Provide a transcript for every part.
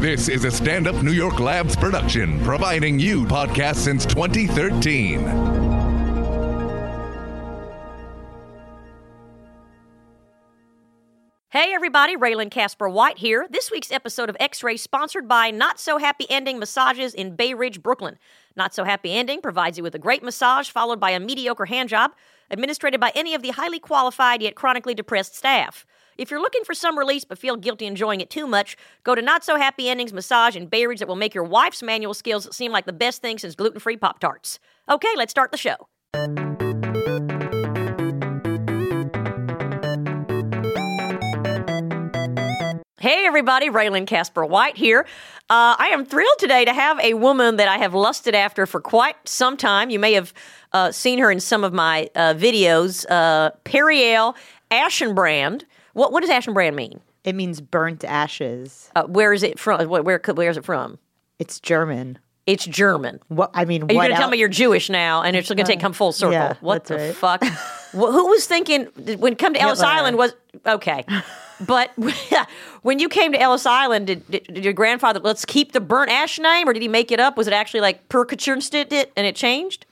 This is a stand up New York Labs production, providing you podcasts since 2013. Hey everybody, Raylan Casper White here. This week's episode of X Ray sponsored by Not So Happy Ending Massages in Bay Ridge, Brooklyn. Not So Happy Ending provides you with a great massage followed by a mediocre hand job, administered by any of the highly qualified yet chronically depressed staff. If you're looking for some release but feel guilty enjoying it too much, go to Not So Happy Endings Massage in Bay Ridge that will make your wife's manual skills seem like the best thing since gluten-free Pop Tarts. Okay, let's start the show. Hey, everybody, Raylan Casper White here. Uh, I am thrilled today to have a woman that I have lusted after for quite some time. You may have uh, seen her in some of my uh, videos. Uh, Periel Ashenbrand. What, what does Ashenbrand mean? It means burnt ashes. Uh, where is it from? Where, where, could- where is it from? It's German. It's German. What I mean, You're what going to tell el- me you're Jewish now, and it's going to take come full circle. Yeah, what the that's right. fuck? Wh- who was thinking when it come to Ellis Hitler. Island was okay, but when you came to Ellis Island, did, did, did your grandfather let's keep the burnt ash name, or did he make it up? Was it actually like Perkachernstedt it and it changed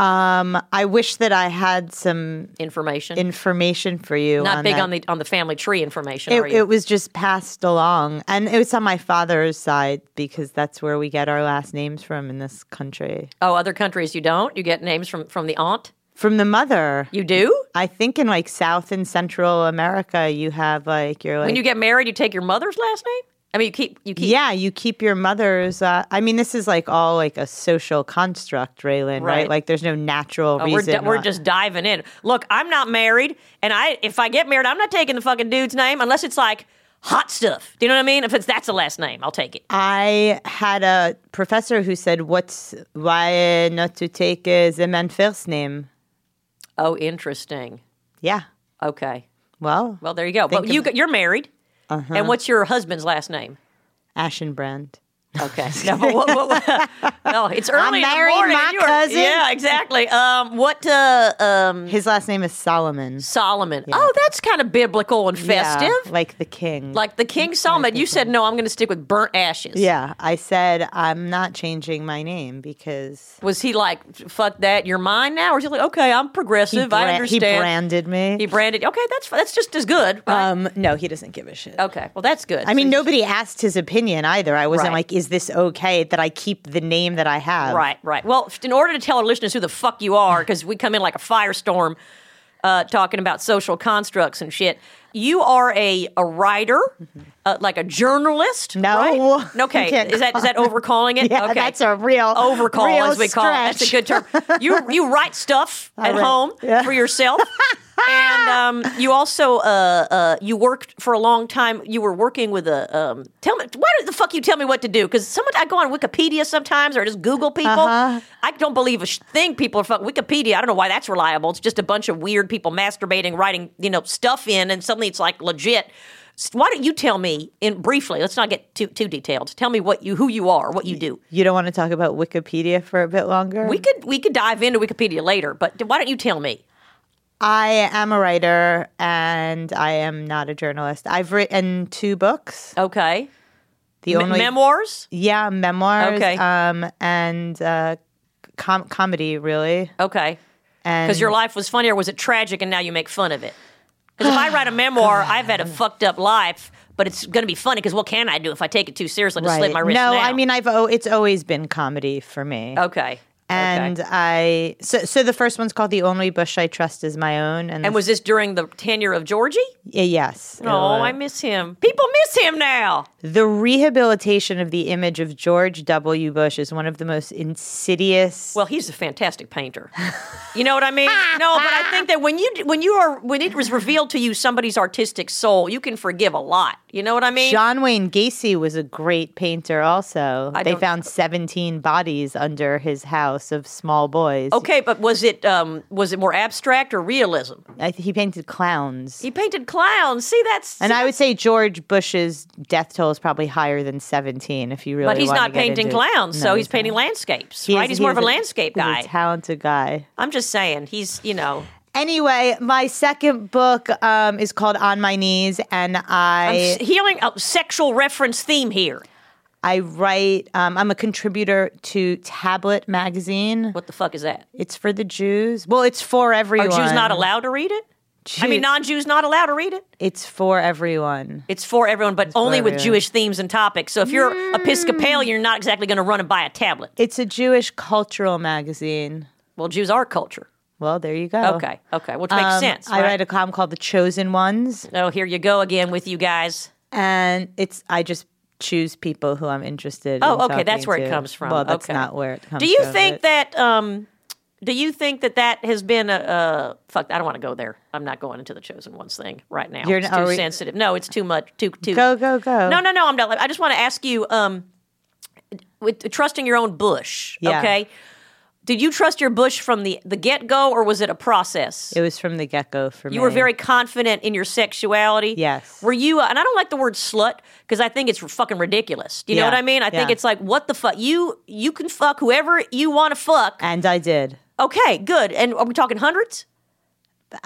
I wish that I had some information? information for you. Not big that. on the on the family tree information. are It, you? it was just passed along, and it was on my father's side because that's where we get our last names from in this country. oh, other countries you don't. You get names from from the aunt. From the mother, You do. I think in like South and Central America, you have like your like When you get married, you take your mother's last name. I mean, you keep you keep. Yeah, you keep your mother's. Uh, I mean, this is like all like a social construct, Raylan, right? Right. Like, there's no natural But We're, reason. di- we're why- just diving in. Look, I'm not married, and I if I get married, I'm not taking the fucking dude's name unless it's like hot stuff. Do you know what I mean? If it's that's the last name, I'll take it. I had a professor who said, "What's why not to take uh, the man's first name?" Oh, interesting. Yeah. Okay. Well, Well, there you go. but you you're married, and what's your husband's last name? Ashenbrand. Okay. No, what- what- what- no, it's early in the marrying morning. my and you are- cousin. Yeah, exactly. Um, what uh, um, His last name is Solomon. Solomon? Oh, that's kind of biblical and Yeah, festive. like the king. like the King Solomon, you said no. I'm going to stick with burnt ashes. yeah, I said I'm not changing my name because Was he like, fuck that, you're mine now? Or is he like, okay, I'm he, progressive, I bra- he understand. branded me. He branded- Okay, that's fi- that's just as good. right? um, no, he doesn't give a shit. okay, well, that's good. I mean, nobody asked his opinion either. I wasn't Right. like, is this okay that I keep the name that I have? Right, right. Well, in order to tell our listeners who the fuck you are, because we come in like a firestorm uh, talking about social constructs and shit, you are a, a writer, uh, like a journalist. Mm-hmm. No. right? You Okay, can't is that, is that overcalling it? Yeah, okay. that's a real overcall real as we call it. That's a good term. You you write stuff at write- home yeah. for yourself, and um, you also uh, uh, you worked for a long time. You were working with a um, tell me why the fuck you tell me what to do because someone I go on Wikipedia sometimes or just Google people. Uh-huh. I don't believe a sh- thing people are fuck Wikipedia. I don't know why that's reliable. It's just a bunch of weird people masturbating, writing you know stuff in, and suddenly it's like legit. S- Why don't you tell me in briefly? Let's not get too too detailed. Tell me what you who you are, what you do. You don't want to talk about Wikipedia for a bit longer? We could we could dive into Wikipedia later, but why don't you tell me? I am a writer and I am not a journalist. I've written two books. Okay, The M- only memoirs. yeah memoirs. Okay. Um and uh, com- comedy really. Okay, And because your life was funny, or was it tragic, and now you make fun of it? Because if I write a memoir, I've had a fucked up life, but it's going to be funny. Because what can I do if I take it too seriously to slip my wrist? no, now? Oh, I mean I've oh, it's always been comedy for me. okay, And okay. I so so the first one's called "The Only Bush I Trust Is My Own," and, and was this during the tenure of Georgie? y- yes, Oh, I miss him. People miss him now. the rehabilitation of the image of George W. Bush is one of the most insidious. Well, he's a fantastic painter. You know what I mean? no, but I think that when you when you are when it was revealed to you somebody's artistic soul, you can forgive a lot. You know what I mean? John Wayne Gacy was a great painter. Also, they don't- found seventeen bodies under his house of small boys. Okay, but was it um, was it more abstract or realism? I, he painted clowns. He painted clowns. See, that's and I would say George Bush's death toll is probably higher than seventeen. If you really, but he's wanna not get painting into it. clowns, so No, he's, painting not. landscapes, He is- right? He's he more is of a landscape he's guy. a talented guy. I'm just saying, he's you know. Anyway, my second book um, is called On My Knees, and I'm I s- hearing a sexual reference theme here. I write. Um, I'm a contributor to Tablet magazine. What the fuck is that? It's for the Jews. Well, it's for Are everyone. Jews not allowed to read it? I mean, Jew- non-Jews not allowed to read it. It's for everyone. It's for everyone, but only with everyone. Mm. Jewish themes and topics. So if you're Episcopalian, you're not exactly going to run and buy a tablet. It's a Jewish cultural magazine. Well, Jews are culture. Well, there you go. Okay, okay, which makes Oh. Um, sense. I right? write a column called The Chosen Ones, Oh, here you go again with you guys. and it's I just choose people who I'm interested. in Oh, okay, talking that's where it to. comes from. Well, that's Okay. not where it comes. Do you from, think but- that? Um, do you think that that has been a, a fuck? I don't want to go there. I'm not going into the chosen ones thing right now. You're it's n- are too we- sensitive. No, it's too much. Too too. Go go go. No, no, no. I'm not. I just want to ask you. Um, with trusting your own bush. Yeah. Okay. Did you trust your bush from the the get go, or was it a process? It was from the get go for me. You were very confident in your sexuality. Yes. Were you? uh, And I don't like the word slut because I think it's fucking ridiculous. Do you Yeah. know what I mean? I think Yeah. it's like what the fuck. You you can fuck whoever you want to fuck. and I did. Okay, good. And are we talking hundreds?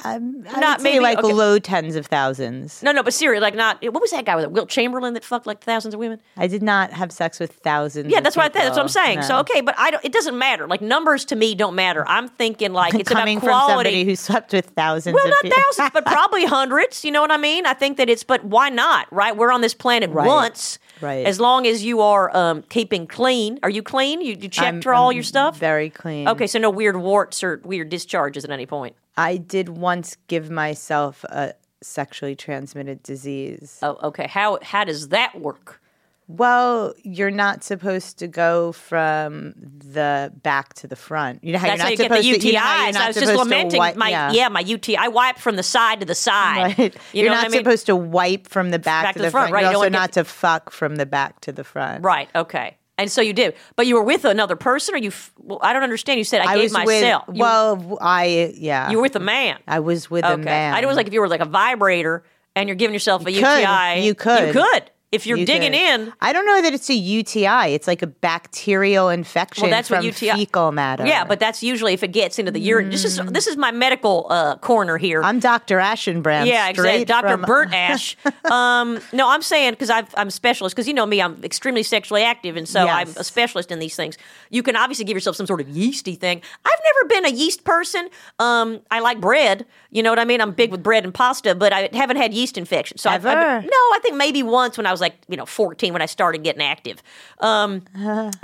I Not not maybe maybe- like okay. low tens of thousands. No, no, but seriously, like not. What was that guy with it? Wilt Chamberlain that fucked like thousands of women? I did not have sex with thousands. Yeah, of that's what I think. That's what I'm people. saying. No. So okay, but I don't. It doesn't matter. Like numbers to me don't matter. I'm thinking like it's coming about from quality. somebody who slept with thousands. Well, of not people. thousands, but probably hundreds. You know what I mean? I think that it's, but why not? Right? We're on this planet Right. once. Right. As long as you are um, keeping clean. Are you clean? You, you checked for all your stuff? Very clean. okay, so no weird warts or weird discharges at any point. I did once give myself a sexually transmitted disease. Oh, okay. How how does that work? Well, you're not supposed to go from the back to the front. You know how That's you're how not you get the UTIs. supposed to. You know how you're not I was just supposed to lamenting wipe- my yeah. yeah. my UTI. I wipe from the side to the side. Right. You You are know not what I mean? supposed to wipe from the back, to, the front. right. You You're don't also wanna not get- to fuck from the back to the front. right. Okay. And so you did, but you were with another person, or you? f- Well, I don't understand. You said I, I gave was myself. with. you, Well, I yeah. you were with a man. I was with a man. I it was like if you were like a vibrator and you're giving yourself a could. UTI. You could. You could. If you're You digging could- in. I don't know that it's a UTI. It's like a bacterial infection Well, that's from what UTI fecal matter. Yeah, but that's usually if it gets into the urine. This is Mm. this is my medical uh, corner here. I'm Dr. Ashenbrand. yeah, exactly. straight Dr. from- Burt Ash. um, no, I'm saying because I'm specialist because you know me, I'm extremely sexually active, and so Yes. I'm a specialist in these things. You can obviously give yourself some sort of yeasty thing. I've never been a yeast person. Um, I like bread. You know what I mean? I'm big with bread and pasta, but I haven't had yeast infection. So I've, Ever? I've, no, I think maybe once when I was like you know 14 when I started getting active. Um,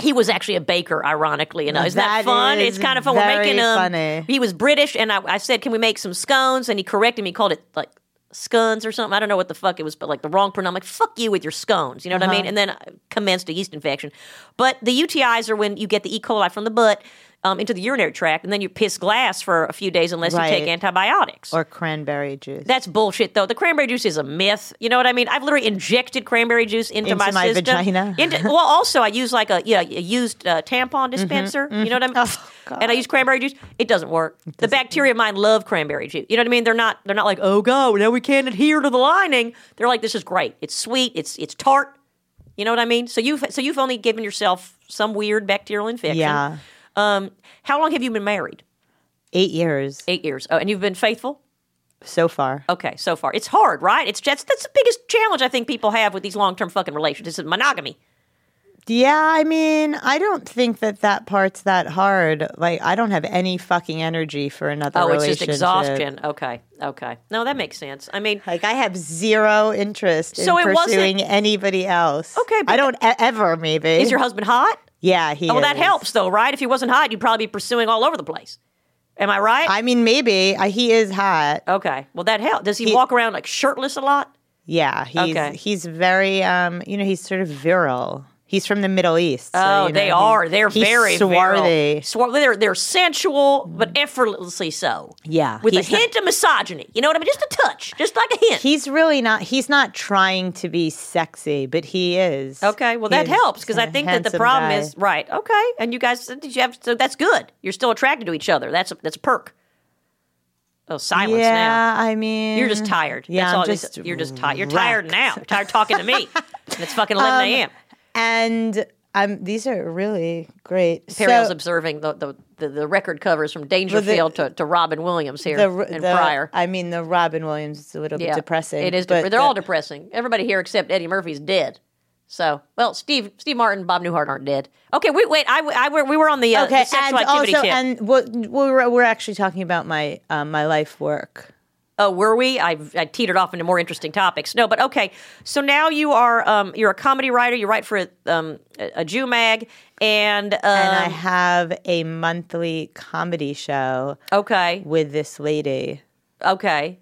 he was actually a baker, ironically enough. Isn't that, That fun? is it's kind of fun. We're very making um, funny. he was British, and I, I said, "Can we make some scones?" And he corrected me, called it like scones or something. I don't know what the fuck it was, but like the wrong pronoun. I'm like, "Fuck you with your scones," you know what I mean? And then I commenced a yeast infection. But the UTIs are when you get the E. coli from the butt um, into the urinary tract, and then you piss glass for a few days unless you take Right. antibiotics. or cranberry juice. that's bullshit, though. The cranberry juice is a myth. You know what I mean? I've literally injected cranberry juice into, Into my, my system. vagina. Into, well, also I use like a yeah a used uh, tampon dispenser. Mm-hmm, You know what I mean? Oh, and I use cranberry juice. It doesn't work. the bacteria of mine love cranberry juice. You know what I mean? They're not they're not like oh god now we can't adhere to the lining. They're like this is great. It's sweet. It's it's tart. You know what I mean? So you've so you've only given yourself some weird bacterial infection. Yeah. Um, how long have you been married? Eight years Eight years. Oh, and you've been faithful. so far. Okay, so far it's hard, right? It's just that's the biggest challenge I think people have with these long-term fucking relationships is monogamy. Yeah, I mean, I don't think that that part's that hard. Like, I don't have any fucking energy for another Oh, it's relationship. just exhaustion. Okay, okay. No, that makes sense. I mean, Like, I have zero interest So in it wasn't- pursuing anybody else. Okay, but- I don't e- ever. Maybe is your husband hot? yeah he. Oh, well, that is. helps though, right? If he wasn't hot, you'd probably be pursuing all over the place. Am I right? I mean, maybe uh, he is hot. okay. Well, that helps. Does he, walk around like shirtless a lot? Yeah, he's Okay. he's very um, you know, he's sort of virile. He's from the Middle East. so, Oh, you know, they he- are. They're he's very swarthy. Swar- they're they're sensual, but effortlessly so. Yeah, with a he's not- hint of misogyny. You know what I mean? Just a touch, just like a hint. He's really not. He's not trying to be sexy, but he is. Okay, well that He's helps because I a think that the handsome problem guy. is right. Okay, and you guys, uh, did you have? So that's good. You're still attracted to each other. That's a, that's a perk. Oh, silence Yeah, I mean, now. You're just tired. Yeah, that's I'm all it is. just You're just tired. You're tired now. You're tired talking to me. And it's fucking eleven a.m. And um, these are really great. Perio's So, observing the, the the, the record covers from Dangerfield to, to Robin Williams here The, and the- Pryor. I mean, the Robin Williams is a little bit depressing. It is. but Dep- they're the- all depressing. Everybody here except Eddie Murphy's dead. So, well, Steve, Steve Martin, Bob Newhart aren't dead. Okay, wait, wait. I, w- I were- we were on the, uh, Okay, the sexual and activity also, tip. and what we're we're actually talking about my um, my life work. Oh, were we? I, I teetered off into more interesting topics. No, but okay. So now you are um, you're a comedy writer. You write for a, um, a, a Jew mag, and, um, and I have a monthly comedy show okay, with this lady. okay.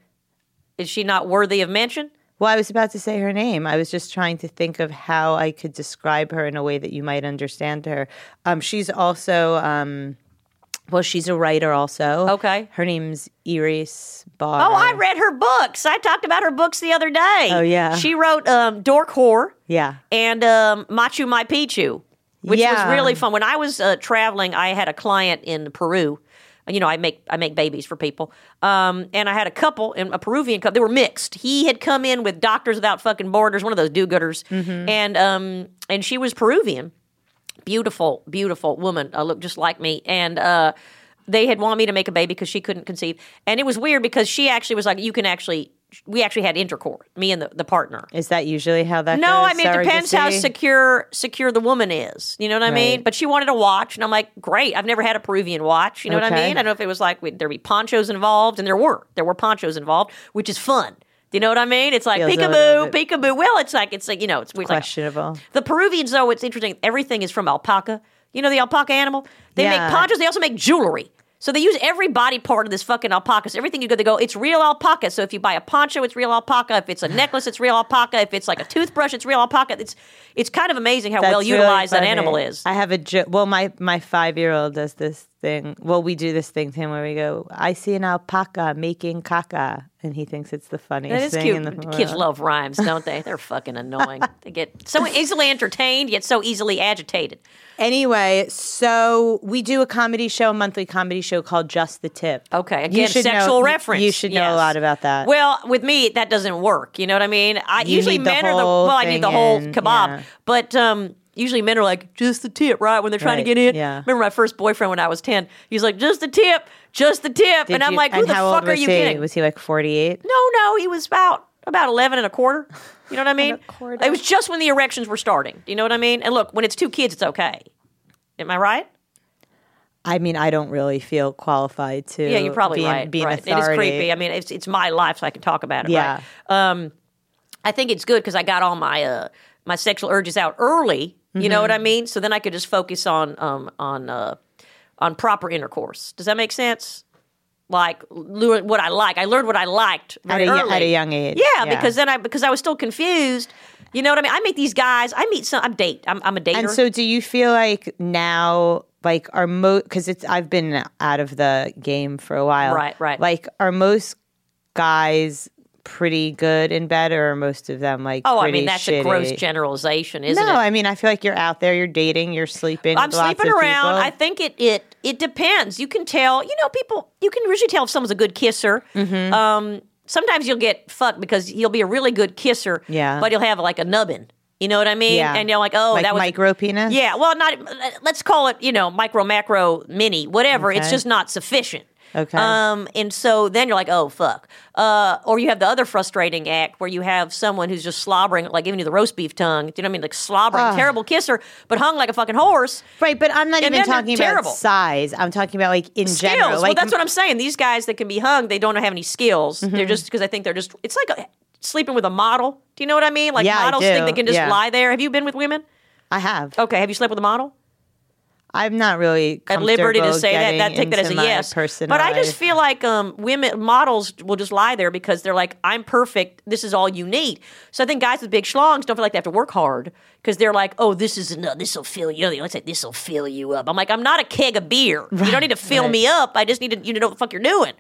Is she not worthy of mention? Well, I was about to say her name. I was just trying to think of how I could describe her in a way that you might understand her. Um, she's also, um, well, she's a writer also. Okay. Her name's Iris Barr. Oh, I read her books. I talked about her books the other day. Uh-huh. Oh, yeah. she wrote um, Dork Whore. Yeah. and um, Machu My Picchu, which Yeah. was really fun. When I was uh, traveling, I had a client in Peru. You know, I make I make babies for people, um, and I had a couple, and a Peruvian couple. They were mixed. He had come in with Doctors Without Fucking Borders, one of those do-gooders, Mm-hmm. and um, and she was Peruvian, beautiful, beautiful woman, uh, looked just like me, and uh, they had wanted me to make a baby because she couldn't conceive, and it was weird because she actually was like, "You can actually." We actually had intercourse, me and the, the partner. Is that usually how that No, goes? I mean it depends how Surrogacy? secure secure the woman is. You know what I mean? Right. But she wanted a watch, and I'm like, great. I've never had a Peruvian watch. You know what I Okay. mean? I don't know if it was like would there be ponchos involved, and there were there were ponchos involved, which is fun. Do you know what I mean? It's like Feels a peekaboo, little bit- peekaboo. Well, it's like it's like you know it's weird. Like, Questionable. the Peruvians, though, it's interesting. Everything is from alpaca. You know the alpaca animal. They Yeah. make ponchos. They also make jewelry. So they use every body part of this fucking alpaca. So everything you go, they go, it's real alpaca. So if you buy a poncho, it's real alpaca. If it's a necklace, it's real alpaca. If it's like a toothbrush, it's real alpaca. It's it's kind of amazing how well That's really utilized that funny. animal is. I have a jo- well, my my five year old does this thing. Well, we do this thing to him where we go, "I see an alpaca making caca," and he thinks it's the funniest That is thing cute. in the The Kids world. love rhymes, don't they? They're fucking annoying. they get so easily entertained yet so easily agitated. Anyway, so we do a comedy show, a monthly comedy show called Just the Tip. Okay, You again, should know- sexual you- reference. You should know yes. a lot about that. Well, with me, that doesn't work. You know what I mean? I You usually need the men are the whole well, I need the thing whole in, kebab, yeah. but um, usually men are like just the tip, right? When they're trying to Right, get in. yeah. Remember my first boyfriend when I was ten? He was like just the tip, just the tip, Did and I'm you- like, who and the how fuck old are was you he? kidding? Was he like forty eight? no, no, he was about about eleven and a quarter. You know what I mean? quarter. It was just when the erections were starting. Do you know what I mean? And look, when it's two kids, it's okay. Am I right? I mean, I don't really feel qualified to. Yeah, you're probably be an- right. be an right. It is authority. creepy. I mean, it's it's my life, so I can talk about it. Yeah. Right? Um, I think it's good because I got all my uh, my sexual urges out early. You Mm-hmm. know what I mean? So then I could just focus on um, on uh, on proper intercourse. Does that make sense? Like lu- what I like. I learned what I liked At a, very y- early. at a young age. Yeah, because then I because I was still confused. You know what I mean? I meet these guys. I meet some. I'm date. I'm, I'm a dater. And so, do you feel like now, like, are most because it's I've been out of the game for a while, Right, right. Like, are most guys pretty good in bed, or are most of them like? oh, I pretty mean that's shitty? a gross generalization, isn't No, it? I mean I feel like you're out there, you're dating, you're sleeping. I'm with lots sleeping of around. people. I think it it it depends. You can tell. You know, people. You can usually tell if someone's a good kisser. Mm-hmm. Um, sometimes you'll get fucked because he'll be a really good kisser. Yeah. But he'll have like a nubbin. You know what I mean? Yeah. And you're like, oh, like that was micro penis. Yeah. Well, not. Let's call it. You know, micro, macro, mini, whatever. It's Okay. just not sufficient. Okay. Um, and so then you're like, oh fuck. Uh, or you have the other frustrating act where you have someone who's just slobbering, like giving you the roast beef tongue. Do you know what I mean? Like slobbering, Ah. terrible kisser, but hung like a fucking horse. right. But I'm not And even then they're talking about terrible. size. I'm talking about like in skills. general. well, Like that's what I'm saying. These guys that can be hung, they don't have any skills. They're Mm-hmm. just because I think they're just. It's like a, sleeping with a model. Do you know what I mean? Like Yeah, I models think they do. can just Yeah. lie there. Have you been with women? I have. Okay, have you slept with a model? I'm not really Oh. At liberty to say that. That take that as a yes. But I just feel feel like um, women models will just lie there because they're like, I'm perfect. This is all you need. So I think guys with big schlongs don't feel like they have to work hard because they're like, oh, this is enough. This will fill you. You know, they always say this will fill you up. I'm like, I'm not a keg of beer. you don't need to fill right. me up. I just need to you to know what the fuck you're doing.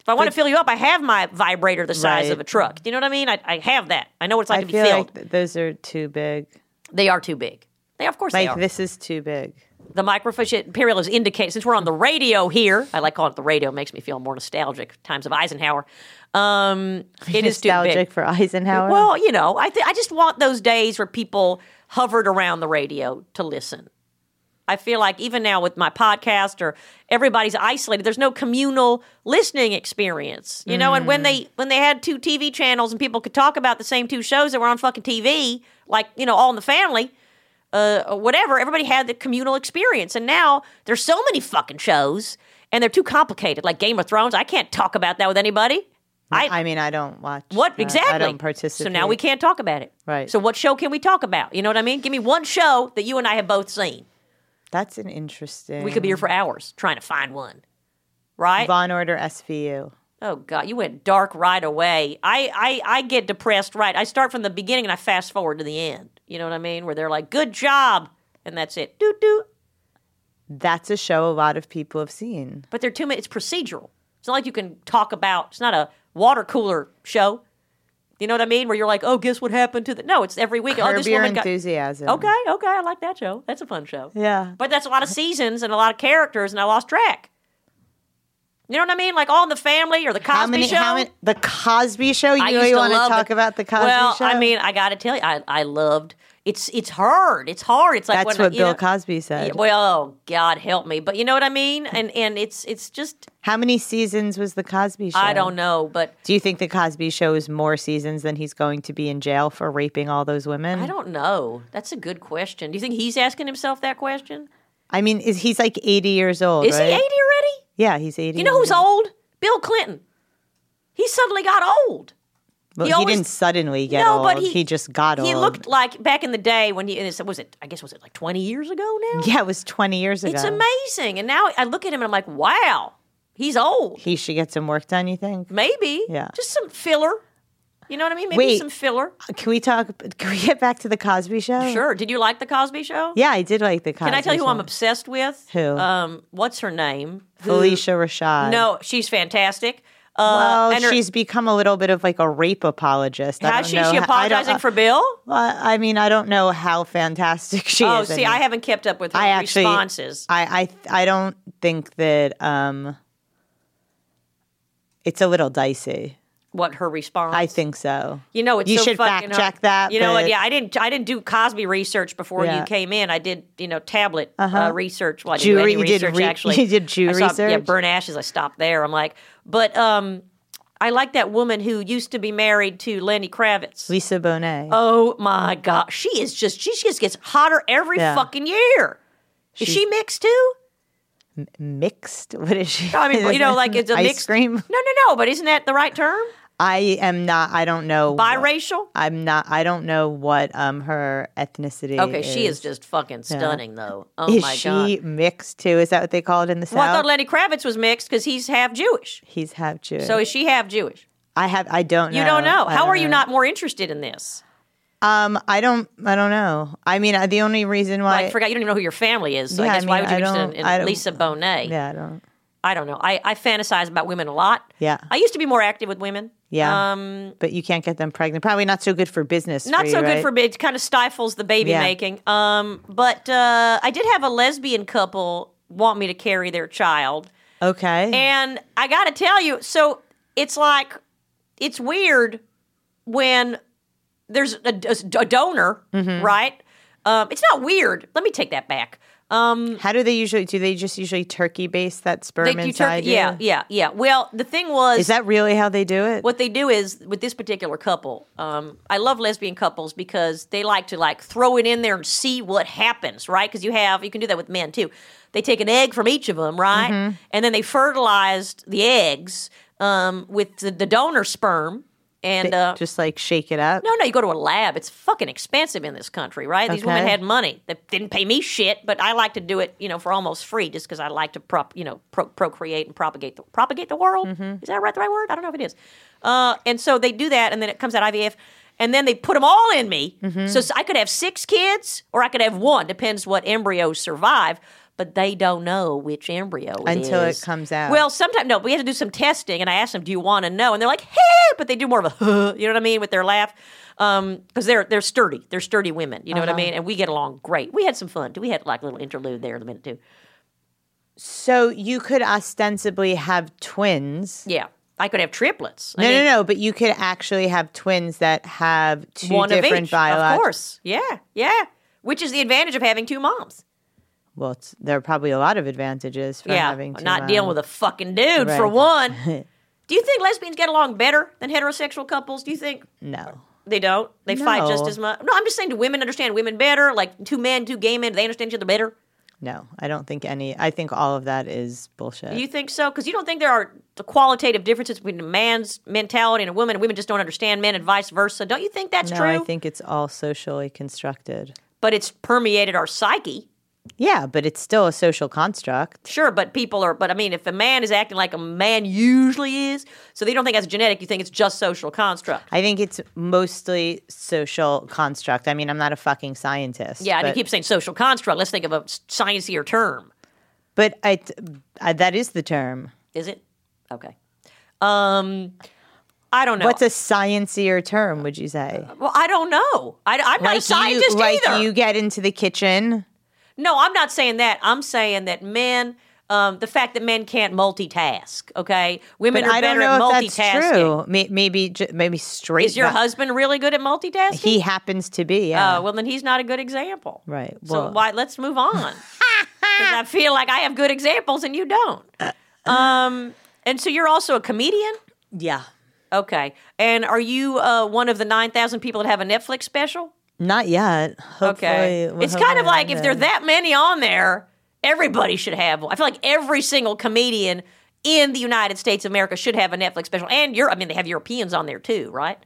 If I want to fill you up, I have my vibrator the size Right. of a truck. Do you know what I mean? I, I have that. I know what it's like I to be feel filled. like th- those are too big. they are too big. They, of course, they Like are. this is too big. the microfiche imperial is indicated since we're on the radio here i like calling it the radio makes me feel more nostalgic times of eisenhower um it is too Nostalgic big for Eisenhower. well you know i th- i just want those days where people hovered around the radio to listen I feel like even now with my podcast or everybody's isolated, there's no communal listening experience, you know. And when they when they had two TV channels and people could talk about the same two shows that were on fucking TV, like you know, All in the Family, uh, or whatever, everybody had the communal experience. And now there's so many fucking shows, and they're too complicated. Like Game of Thrones, I can't talk about that with anybody. I, I mean, I don't watch. what that. exactly? I don't participate. So now we can't talk about it. Right. So what show can we talk about? You know what I mean? Give me one show that you and I have both seen. That's an interesting. We could be here for hours trying to find one. Right? Von Order SVU. oh God, you went dark right away. I, I I get depressed right. I start from the beginning and I fast forward to the end. You know what I mean? Where they're like, "Good job," and that's it. Doo doo. That's a show a lot of people have seen. But they're too many. It's procedural. It's not like you can talk about. It's not a water cooler show. You know what I mean? Where you're like, "Oh, guess what happened to the?" No, it's every week. oh, Curb this Your woman got. enthusiasm. Okay, okay, I like that show. That's a fun show. Yeah. But that's a lot of seasons and a lot of characters, and I lost track. You know what I mean? Like All in the Family or the Cosby how many? Show. How many? The Cosby Show. You I know used you to want to love talk about the Cosby well, Show. I mean, I got to tell you, I, I loved. It's it's hard. It's hard. It's like that's when, what you Bill know- Cosby said. Yeah, well, oh, God help me, but you know what I mean. And and it's it's just how many seasons was the Cosby Show? I don't know, but Do you think the Cosby Show is more seasons than he's going to be in jail for raping all those women? I don't know. That's a good question. Do you think he's asking himself that question? I mean, is he's like eighty years old? Is right? he eighty already? Yeah, he's eighty. You know who's old? Bill Clinton. He suddenly got old. Well, he he, always- didn't suddenly get no, old. but he just got old. He looked like back in the day when he and it's, was it I guess was it like 20 years ago now? Yeah, it was twenty years ago. It's amazing. And now I look at him and I'm like, "Wow. He's old." He should get some work done. You think? Maybe. Yeah. Just some filler. You know what I mean? Maybe Wait. some filler. Can we talk? Can we get back to the Cosby Show? Sure. Did you like the Cosby show? Yeah, I did like the Cosby. Can I tell you who Show. I'm obsessed with? Who? Um, what's her name? Who- Felicia Rashad. No, she's fantastic. Uh, Well, and her- she's become a little bit of like a rape apologist. I How don't is she? know Is she how- I don't- uh, apologizing for Bill? Well, I mean, I don't know how fantastic she Oh, is. see, mean, I haven't kept up with her I actually, responses. I, I, I don't think that um, it's a little dicey. what her response? I think so. You know, it's you so should fucking fact hard. check that. You know what? but- Yeah, I didn't. I didn't do Cosby research before you Yeah. came in. I did, you know, tablet uh research. Well, I didn't Jew re- do any you did research re- actually. you did Jew I saw, Yeah, research? burn ashes. I stopped there. I'm like, but um, I like that woman who used to be married to Lenny Kravitz. Lisa Bonet. Oh my God, she is just she just gets hotter every Yeah. fucking year. Is she mixed too? Mixed? What is she? I mean, you know, like it's a ice mixed cream. No, no, no. But isn't that the right term? I am not. I don't know. what- Biracial. I'm not. I don't know what um her ethnicity. Okay, she is just fucking stunning, though. Oh is my she god! mixed too? Is that what they call it in the Well, I south? thought Lenny Kravitz was mixed because he's half Jewish. He's half Jewish. So is she half Jewish? I have. I don't. You don't know. I How don't are you not more interested in this? Um, I don't. I don't know. I mean, I- the only reason why. I forgot you don't even know who your family is. So Yeah, I I guess why mean, would you be I interested don't- in, I in don't- Lisa Bonet? yeah, I don't. I don't know. I, I fantasize about women a lot. Yeah. I used to be more active with women. Yeah. Um, But you can't get them pregnant. Probably not so good for business. not for you, so good right? for me. It kind of stifles the baby Yeah. making. Um, but uh, I did have a lesbian couple want me to carry their child, Okay. and I got to tell you, so it's like it's weird when there's a, a donor, Mm-hmm. right? Um, it's not weird. Let me take that back. Um, How do they usually? Do they just usually turkey base that sperm they- you inside? turkey- you? yeah, yeah, yeah. Well, the thing was, Is that really how they do it? what they do is with this particular couple um, i love lesbian couples because they like to like throw it in there and see what happens right because you have you can do that with men too they take an egg from each of them right and then they fertilized the eggs um, with the, the donor sperm and uh, just like shake it up. no, no, you go to a lab. It's fucking expensive in this country, right? These women Okay. had money. They didn't pay me shit, but I like to do it, you know, for almost free, just because I like to prop, you know, pro- procreate and propagate the propagate the world. Is that right? The right word? I don't know if it is. Uh, and so they do that, and then it comes out IVF, and then they put them all in me, so s- I could have six kids or I could have one. Depends what embryos survive. But they don't know which embryo it Until it is. comes out. Well, sometimes no, we had to do some testing, and I asked them, "Do you want to know?" And they're like, "Hey," but they do more of a, huh, you know what I mean, with their laugh, because they're they're sturdy, they're sturdy women, you know Uh-huh. what I mean, and we get along great. We had some fun. too. We had like a little interlude there in a minute too. So you could ostensibly have twins. Yeah, I could have triplets. I No, mean, no, no. But you could actually have twins that have two one different of each, biological. of course. Yeah, yeah. Which is the advantage of having two moms. well, it's, there are probably a lot of advantages for yeah, having um, to not dealing with a fucking dude for Right. one. Do you think lesbians get along better than heterosexual couples? Do you think no. they don't? They fight just No. as much. No, I'm just saying. Do women understand women better? Like two men, two gay men, do they understand each other better? No, I don't think any. I think all of that is bullshit. Do you think so? Because you don't think there are the qualitative differences between a man's mentality and a woman, and women just don't understand men, and vice versa. Don't you think that's no, true? I think it's all socially constructed. but it's permeated our psyche. Yeah, but it's still a social construct. Sure, but people are. But I mean, if a man is acting like a man usually is, so they don't think that's genetic. You think it's just social construct. I think it's mostly social construct. I mean, I'm not a fucking scientist. Yeah, and but, you keep saying social construct. Let's think of a s- sciencier term. but I, I, that is the term. Is it? Okay. Um, I don't know. What's a sciencier term? Would you say? well, I don't know. I, am not a scientist you, like either. you get into the kitchen. No, I'm not saying that. I'm saying that men, um, the fact that men can't multitask. Okay, women But are I don't better know at if that's multitasking. true. May- Maybe, ju- maybe straight. Is your but husband really good at multitasking? He happens to be. Yeah. Uh, well, then he's not a good example. Right, so well- why? Let's move on. 'Cause I feel like I have good examples and you don't. Uh, Um, and so you're also a comedian. yeah. Okay. And are you uh, one of the nine thousand people that have a Netflix special? Not yet. Hopefully, Okay. we'll it's kind hopefully of like one if day. there are that many on there, everybody should have one. I feel like every single comedian in the United States of America should have a Netflix special. And Europe, I mean, they have Europeans on there too, right?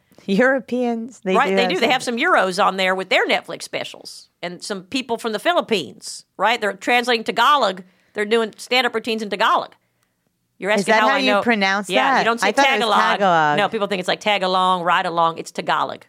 Europeans, they right. do they have do. They have some Euros on there with their Netflix specials and some people from the Philippines, right? They're translating Tagalog. They're doing stand up routines in Tagalog. You're asking that how I you know. pronounce yeah, that? you don't say I thought it was Tagalog. Tagalog. No, people think it's like tag along, ride along. It's Tagalog.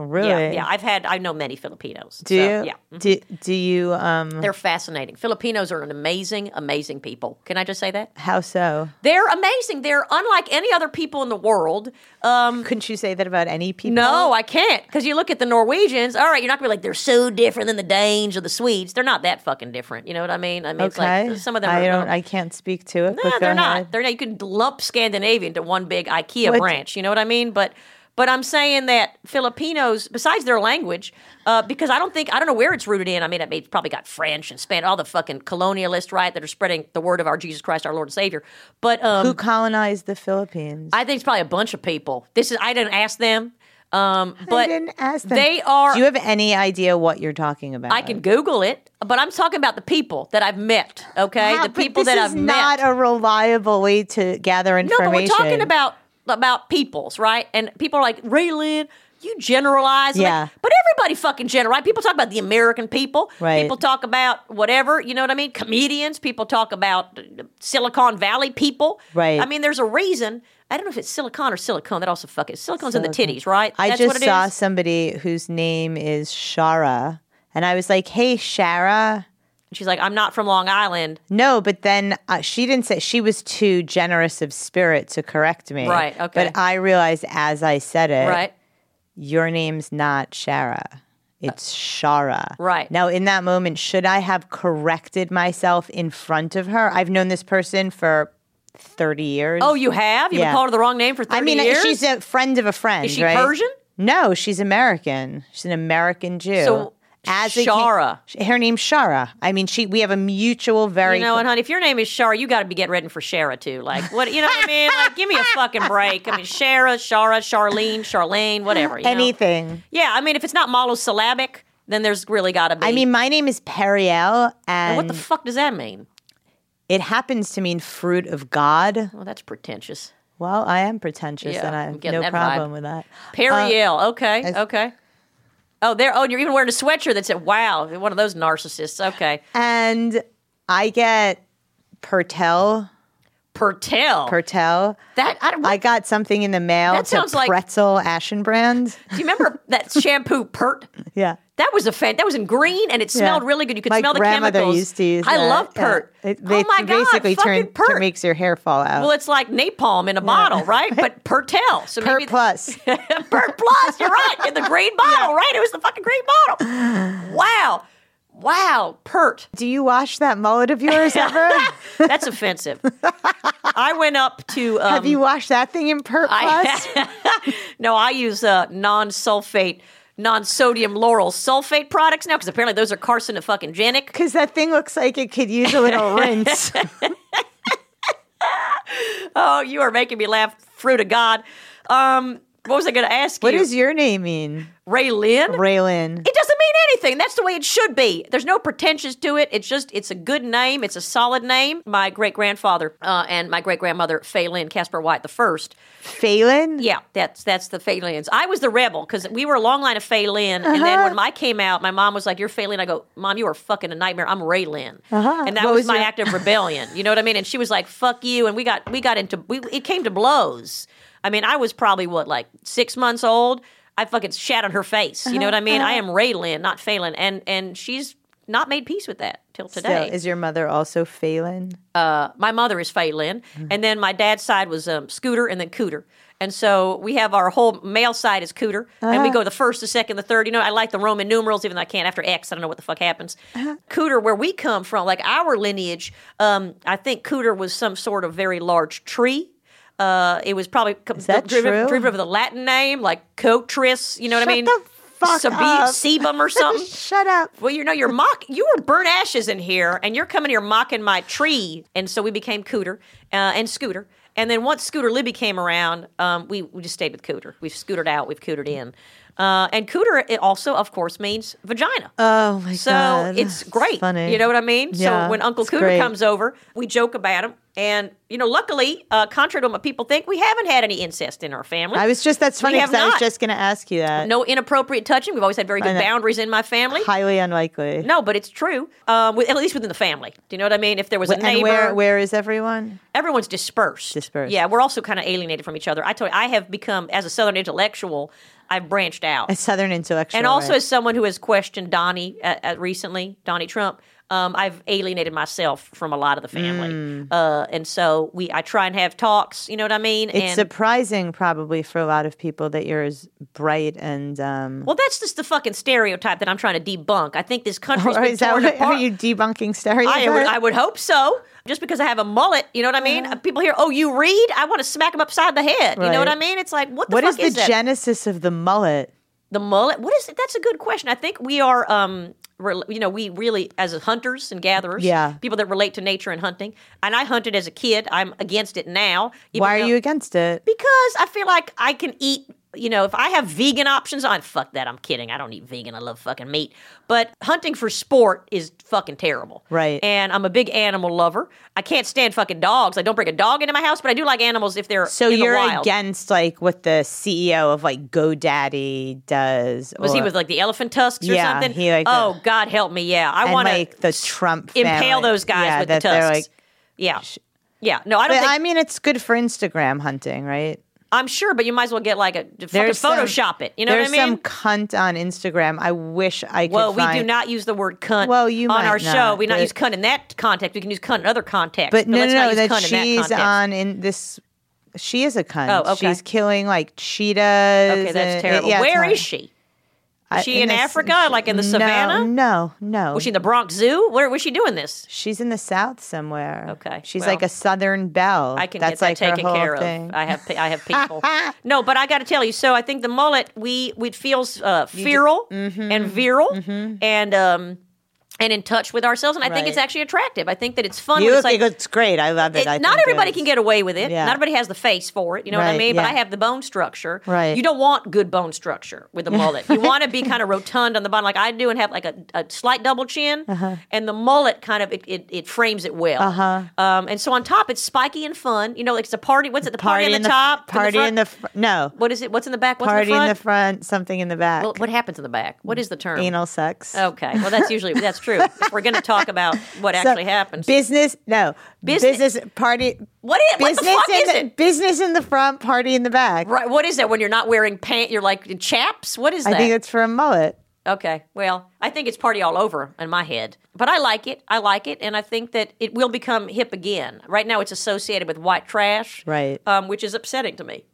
Oh, Really? Yeah, yeah. I've had, I know many Filipinos. Do so, you? Yeah. mm-hmm. Do, do you? Um, They're fascinating. Filipinos are an amazing, amazing people. Can I just say that? how so? They're amazing. They're unlike any other people in the world. Um, Couldn't you say that about any people? no, I can't. Because you look at the Norwegians, all right, you're not going to be like, they're so different than the Danes or the Swedes. They're not that fucking different. You know what I mean? I mean, it's Okay. like some of them are. I don't. I can't speak to it. No, but go they're ahead. not. They're not. You can lump Scandinavia into one big IKEA What- branch. You know what I mean? But but I'm saying that Filipinos, besides their language, uh, because I don't think I don't know where it's rooted in. I mean, it's probably got French and Spanish, all the fucking colonialists, right, that are spreading the word of our Jesus Christ, our Lord and Savior. But um, Who colonized the Philippines? I think it's probably a bunch of people. This is I didn't ask them, um, but I didn't ask them. They are. Do you have any idea what you're talking about? I can Google it, but I'm talking about the people that I've met. Okay, How- the but people this that is I've met. not a reliable way to gather No, but information. we're talking about about peoples, right? And people are like, Raylan, you generalize. I'm like, Yeah. but everybody fucking general, right? People talk about the American people. Right. People talk about whatever, you know what I mean? Comedians. People talk about uh, Silicon Valley people. Right. I mean, there's a reason. I don't know if it's silicon or silicone. That also fuck it. Silicone's in the Silicone. titties, right? I That's just what it is. saw somebody whose name is Shara, and I was like, "Hey, Shara." She's like, I'm not from Long Island. No, but then uh, she didn't say she was too generous of spirit to correct me. Right, okay. But I realized as I said it, Right. your name's not Shara. It's Shara. right. Now, in that moment, should I have corrected myself in front of her? I've known this person for 30 years. Oh, you have? You've been Yeah. called her the wrong name for 30 I mean, uh, years? she's a friend of a friend. Is she right? Persian? No, she's American. She's an American Jew. So, it came- Shara. her name's Shara. I mean, she. We have a mutual, very You know, and honey, if your name is Shara, you got to be getting ready for Shara too. Like, what? You know what I mean? Like, give me a fucking break. I mean, Shara, Shara, Charlene, Charlene, whatever. You know? anything. Yeah, I mean, if it's not monosyllabic, then there's really got to be. I mean, my name is Periel, and what the fuck does that mean? it happens to mean fruit of God. Well, that's pretentious. Well, I am pretentious, Yeah, and I I'm have getting no that problem vibe. with that. Periel. Uh, okay. okay. Oh, there. Oh, and you're even wearing a sweatshirt that said "Wow." you're One of those narcissists. Okay. And I get Pertel, Pertel. Pertel. that I, don't- I got something in the mail That sounds to like- Pretzel Ashenbrand. do you remember that shampoo Pert? yeah. That was a fan. That was in green, and it smelled really good. You could my smell the grandmother chemicals. used to use I that. love Yeah. pert. It- they oh my god, basically fucking turn, pert. turn- makes your hair fall out. well, it's like napalm in a bottle, right? But pertel. So Pert maybe plus. pert plus. You're right. In the green bottle, right? It was the fucking green bottle. Wow, wow, pert. Do you wash that mullet of yours ever? That's offensive. I went up to. Um, have you washed that thing in Pert plus? I, no, I use uh, non sulfate non-sodium laurel sulfate products now because apparently those are carcinogenic. Because that thing looks like it could use a little rinse. Oh, you are making me laugh. Fruit of God. Um, what was I going to ask what you? does your name mean? Ray Lynn? Raylan. It doesn't mean anything. That's the way it should be. There's no pretensions to it. It's just it's a good name. It's a solid name. My great grandfather uh, and my great grandmother Fay Lynn Casper White the first. Phelan? Yeah, that's that's the Fay Lynn's. I was the rebel because we were a long line of Fay Lynn, and then when I came out, my mom was like, "You're Fay Lynn." I go, "Mom, you are fucking a nightmare. I'm Ray Lynn," and that What was, was my your- act of rebellion. You know what I mean? And she was like, "Fuck you," and we got we got into we, it came to blows. I mean, I was probably what like six months old. I fucking shat on her face. You know what I mean? I am Ray Lynn, not Fay Lynn, and and she's not made peace with that till So, today. is your mother also Phelan? my mother is Fay Lynn, Mm-hmm. and then my dad's side was um, Scooter and then Cooter. And so we have our whole male side is Cooter, and Uh-huh. we go the first, the second, the third. You know, I like the Roman numerals, even though I can't after X. I don't know what the fuck happens. Uh-huh. Cooter, where we come from, like our lineage, um, I think Cooter was some sort of very large tree. Uh, it was probably co- that driven, true? driven over the Latin name, like Cotris. You know what I Shut mean? the fuck up. Sebum or something. Shut up. Well, you know, you're mock. You were burnt ashes in here, and you're coming here mocking my tree. And so we became Cooter uh, and Scooter. And then once Scooter Libby came around, um, we, we just stayed with Cooter. We've scootered out. We've cootered in. Uh, and Cooter it also, of course, means vagina. Oh my so god. it's great. Funny. You know what I mean? Yeah, so when Uncle it's Cooter great. comes over, we joke about him. And, you know, luckily, uh, contrary to what people think, we haven't had any incest in our family. I was just that's funny have because I was not. just gonna ask you that. no inappropriate touching. We've always had very good know. boundaries in my family. Highly unlikely. No, but it's true. Um, with, at least within the family. Do you know what I mean? If there was a and neighbor, where where is everyone? everyone's dispersed. Dispersed. Yeah, we're also kind of alienated from each other. I told you, I have become as a Southern intellectual, I've branched out, A southern intellectual. and also right? as someone who has questioned Donnie uh, uh, recently, Donnie Trump. Um, I've alienated myself from a lot of the family, Mm. uh, and so we. I try and have talks. You know what I mean? it's and surprising probably for a lot of people that you're as bright and um well, that's just the fucking stereotype that I'm trying to debunk. I think this country's or been is that torn what, apart. are you debunking stereotypes? I would, I would hope so. Just because I have a mullet, you know what I mean? Uh-huh. People hear, "Oh, you read?" I want to smack them upside the head. You know Right. what I mean? It's like, what the what fuck is is, the that? genesis of the mullet? the mullet? What is it? That's a good question. I think we are, um, re- you know, we really as hunters and gatherers, Yeah. people that relate to nature and hunting. And I hunted as a kid. I'm against it now. even Why though- are you against it? Because I feel like I can eat. You know, if I have vegan options, I fuck that. I'm kidding. I don't eat vegan. I love fucking meat. But hunting for sport is fucking terrible. Right. And I'm a big animal lover. I can't stand fucking dogs. I don't bring a dog into my house, but I do like animals if they're So in you're the wild. against like what the CEO of like GoDaddy does, Was he or- with like the elephant tusks or Yeah, something? he like oh the- God, help me! Yeah, I and want to like the Trump impale family. those guys yeah, with that the they're, tusks. like, yeah, yeah. No, I don't But think I mean, it's good for Instagram hunting, right? I'm sure, but you might as well get like a fucking some- Photoshop it. You know what I There's mean? some cunt on Instagram. I wish I could. Well, we find, do not use the word cunt Well, you on might our show. not, We not but- use cunt in that context. We can use cunt in other contexts. But no, let's no, not no. use That cunt in that she's context. on in this. She is a cunt. Oh, okay. She's killing like cheetahs. Okay, that's terrible. Where is she? Is she in, Africa, like in the savannah? No, no. Was she in the Bronx Zoo? Where was she doing this? She's in the South somewhere. Okay, She's well, like a Southern belle. I can That's get that like her taken whole care thing. of. I have pe- I have people. no, but I got to tell you. So I think the mullet we we feels uh, feral Mm-hmm, and virile and um and in touch with ourselves, and I think Right. it's actually attractive. I think that it's fun. You when look, it's like, it looks great. I love it. It- I not think everybody it's- can get away with it. Yeah. Not everybody has the face for it. You know what I Right, mean? But I yeah. have the bone structure. Right. You don't want good bone structure with a mullet. you want to be kind of rotund on the bottom, like I do, and have like a, a slight double chin. Uh-huh. And the mullet kind of it, it, it frames it well. Uh-huh. Um, and so on top, it's spiky and fun. You know, like it's a party. What's it? The party, on the, top. Party in the fr- no. What is it? What's in the back? What's Party in the in front? the front. Something in the back. What- what happens in the back? What is the term? Anal sex. Okay. Well, that's usually that's true. If we're going to talk about what actually happens. Business. No. Business- Business. party. What is- what the business fuck in is the, it? Business in the front. Party in the back. Right. What is that when you're not wearing pant? You're like in chaps. What is that? I think it's for a mullet. Okay. Well, I think it's party all over in my head. But I like it. I like it. And I think that it will become hip again. Right now, it's associated with white trash, Right. um, which is upsetting to me.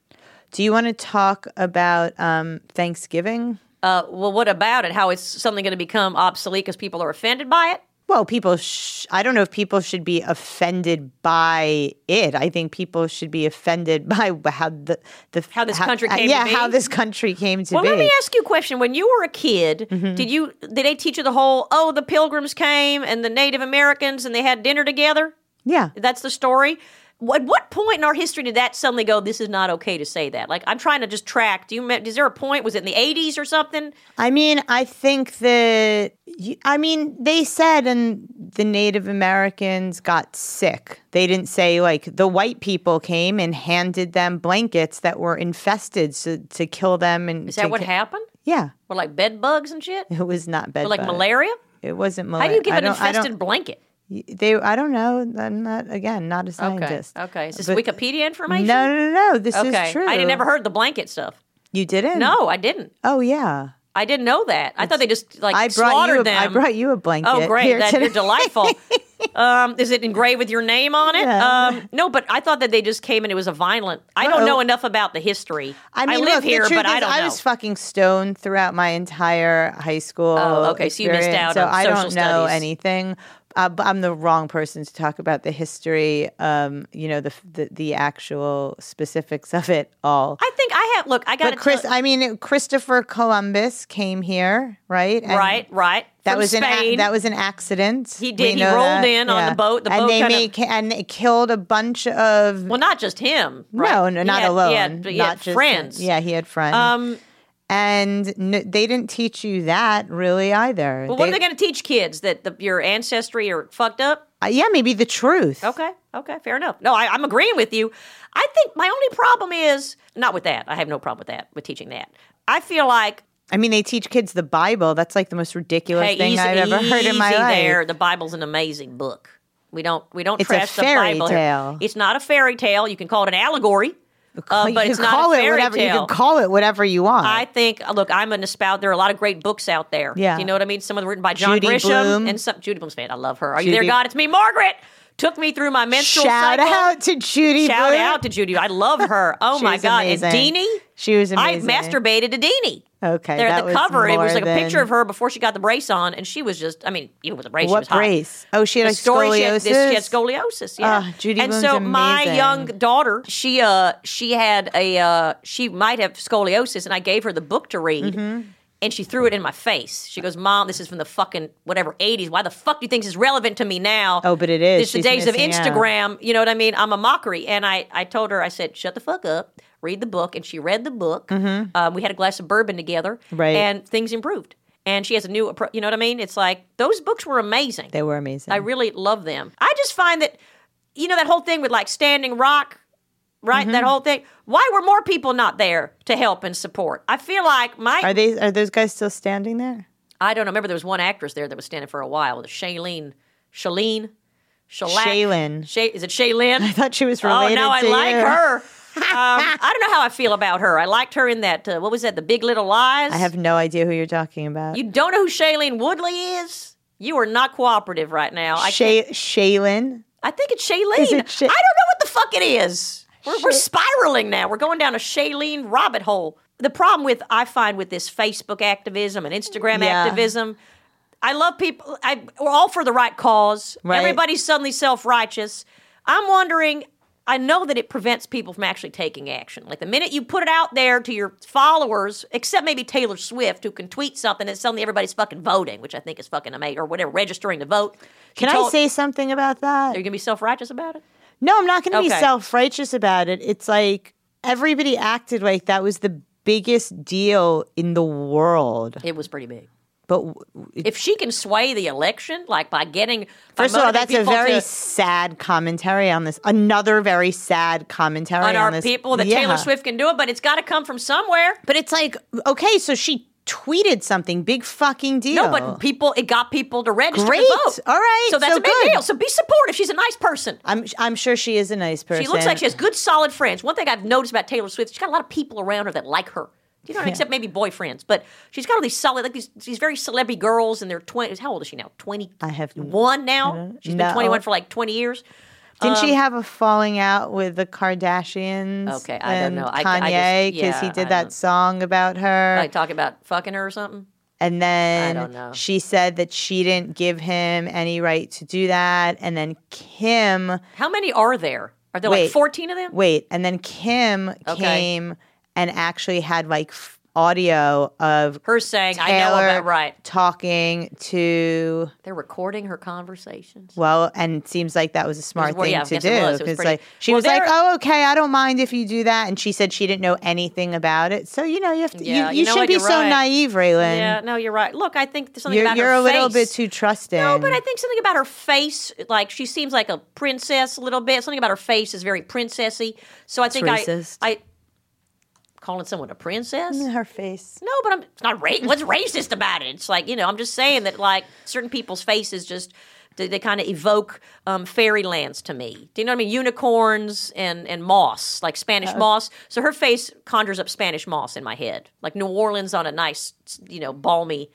Do you want to talk about um, Thanksgiving? Uh, well, what about it? How it's suddenly going to become obsolete because people are offended by it? Well, people, sh- I don't know if people should be offended by it. I think people should be offended by how the, the How this country came to yeah, be. how this country came to Well, be. let me ask you a question. When you were a kid, Mm-hmm. did you did they teach you the whole oh the Pilgrims came and the Native Americans and they had dinner together? yeah. That's the story. Wh- At what point in our history did that suddenly go? This is not okay to say that. Like I'm trying to just track. Do you? me- Is there a point? Was it in the 80s or something? I mean, I think that you- I mean they said, and the Native Americans got sick. They didn't say like the white people came and handed them blankets that were infested to, to kill them. And Is that what happened? Yeah, Or like bed bugs and shit? Or it was not bed. like bug. malaria? It wasn't How malaria. do you give I an don't- I don't- infested blanket? They, I don't know. I'm not again not a Okay. scientist. Okay. Is this But- Wikipedia information? No, no, no, no. This Okay. is true. I never heard the blanket stuff. You didn't? No, I didn't. Oh yeah. I didn't know that. I thought they just like I brought slaughtered you. A, them. I brought you a blanket. Oh, great! Here That, today. you're delightful. um, is it engraved with your name on it? Yeah. Um, no, but I thought that they just came and it was a violent. I don't Uh-oh. know enough about the history. I mean, live look, here, the truth but I is don't know. was fucking stoned throughout my entire high school. Oh, okay, so you missed out experience, so on I social don't know studies. anything. Uh, but I'm the wrong person to talk about the history. Um, you know, the the, the actual specifics of it all. I think I have. Look, I got but Chris, I mean, Christopher Columbus came here, right? And right, right. That from was an Spain. ac- that was an accident. He did. We He know rolled that. in on the boat. The and boat they kinda- make and it killed a bunch of well, not just him. Right? no, no, He not had- alone. He had, he not had just friends. Yeah, he had friends. Um, and n- they didn't teach you that really either. Well, what are they going to teach kids that the, your ancestry are fucked up? uh, yeah, maybe the truth. Okay, okay, fair enough. No, I, I'm agreeing with you. I think my only problem is not with that. I have no problem with that, with teaching that. I feel like I mean, they teach kids the Bible. That's like the most ridiculous hey, thing easy, I've ever heard in my easy life. there. The Bible's an amazing book. We don't we don't It's a trash fairy the Bible. here. tale. It's not a fairy tale. You can call it an allegory, uh, you but can it's call not a it fairy whatever. tale. You can call it whatever you want. I think. uh, Look, I'm an espouse. There are a lot of great books out there. Yeah. Do you know what I mean. Some of them written by John Judy Grisham Blume. and some Judy Blume's fan. I love her. Are you Judy- there, God? It's me, Margaret. Took me through my menstrual Shout cycle. out to Judy. Shout Blume. out to Judy. I love her. Oh She my was god. And amazing. Deanie. She was amazing. I masturbated to Deanie. Okay, There that at the was cover, it more was like a picture than- of her before she got the brace on, and she was just I mean, even with the brace, she What was hot. brace? Oh, she had, The like, story, she had, this, she had scoliosis? scoliosis. Yeah. Ah, Judy and Blume's so my amazing. young daughter, she uh she had a uh she might have scoliosis, and I gave her the book to read. Mm-hmm. And she threw it in my face. She goes, "Mom, this is from the fucking whatever '80s. Why the fuck do you think this is relevant to me now?" Oh, but it is. It's the She's days of missing out. Instagram. You know what I mean? I'm a mockery. And I, I told her, I said, shut the fuck up, read the book. And she read the book. Um, we had a glass of bourbon together. Mm-hmm. Right. And things improved. And she has a new appro You know what I mean? It's like, those books were amazing. They were amazing. I really love them. I just find that, you know, that whole thing with like Standing Rock, right? Mm-hmm. That whole thing. Why were more people not there to help and support? I feel like my are they? Are those guys still standing there? I don't know. Remember, there was one actress there that was standing for a while. Shailene, Shailene, Shellac. Shailyn. Shay, is it Shailene? I thought she was related Oh no, I to like you. her. Um, I don't know how I feel about her. I liked her in that. Uh, what was that? The Big Little Lies. I have no idea who you're talking about. You don't know who Shailene Woodley is. You are not cooperative right now. I can't- Shay- Shaylin. I think it's Shailene. Is it Shay- I don't know what the fuck it is. We're, we're spiraling now. We're going down a Shailene rabbit hole. The problem with I find with this Facebook activism and Instagram Yeah. activism, I love people. I, we're all for the right cause. Right. Everybody's suddenly self righteous. I'm wondering. I know that it prevents people from actually taking action. Like the minute you put it out there to your followers, except maybe Taylor Swift, who can tweet something and suddenly everybody's fucking voting, which I think is fucking amazing, or whatever, registering to vote. She Can I told- say something about that? Are you gonna be self righteous about it? No, I'm not going to be Okay. self righteous about it. It's like everybody acted like that was the biggest deal in the world. It was pretty big. But w- If she can sway the election, like by getting by first of all, motivating that's a people very to- sad commentary on this. Another very sad commentary on our this. people that Yeah. Taylor Swift can do it, but it's got to come from somewhere. But it's like, okay, so she tweeted something, big fucking deal. No, but people, it got people to register Great. to vote. All right. so that's So a big good. deal. So be supportive. She's a nice person. I'm I'm sure she is a nice person. She looks like she has good, solid friends. One thing I've noticed about Taylor Swift, she's got a lot of people around her that like her. You know, what I mean? except maybe boyfriends, but she's got all these solid, like these, these very celebrity girls in their twenties. How old is she now? Twenty. I have n- one now. She's been Mm-hmm. no. twenty-one for like twenty years. Didn't um, she have a falling out with the Kardashians? Okay, I don't and know. I- I Kanye, just- because yeah, he I did don't- that song about her. Like talking about fucking her or something. And don't know. then she said that she didn't give him any right to do that. And then Kim, How many are there? Are there like Wait. 14 of them? wait, and then Kim Okay. came and actually had like f- audio of Her saying, I know Taylor about right. talking to They're recording her conversations. Well, and it seems like that was a smart well, thing yeah, I to guess do. it was. It was 'cause, pretty- like she Well, was like, there- "Oh, okay, I don't mind if you do that," and she said she didn't know anything about it. So you know, you have to. Yeah, you, you you know should what? be You're so right. naive, Raylan. Yeah, no, you're right. Look, I think there's something You're, about you're her a little bit face. too trusting. No, but I think something about her face, like she seems like a princess a little bit. Something about her face is very princessy. So I think racist. I, I calling someone a princess. her face. No, but I'm it's not ra- what's racist about it. It's like you know, I'm just saying that like certain people's faces just they, they kind of evoke um, fairylands to me. Do you know what I mean? Unicorns and and moss, like Spanish moss. So her face conjures up Spanish moss in my head, like New Orleans on a nice, you know, balmy.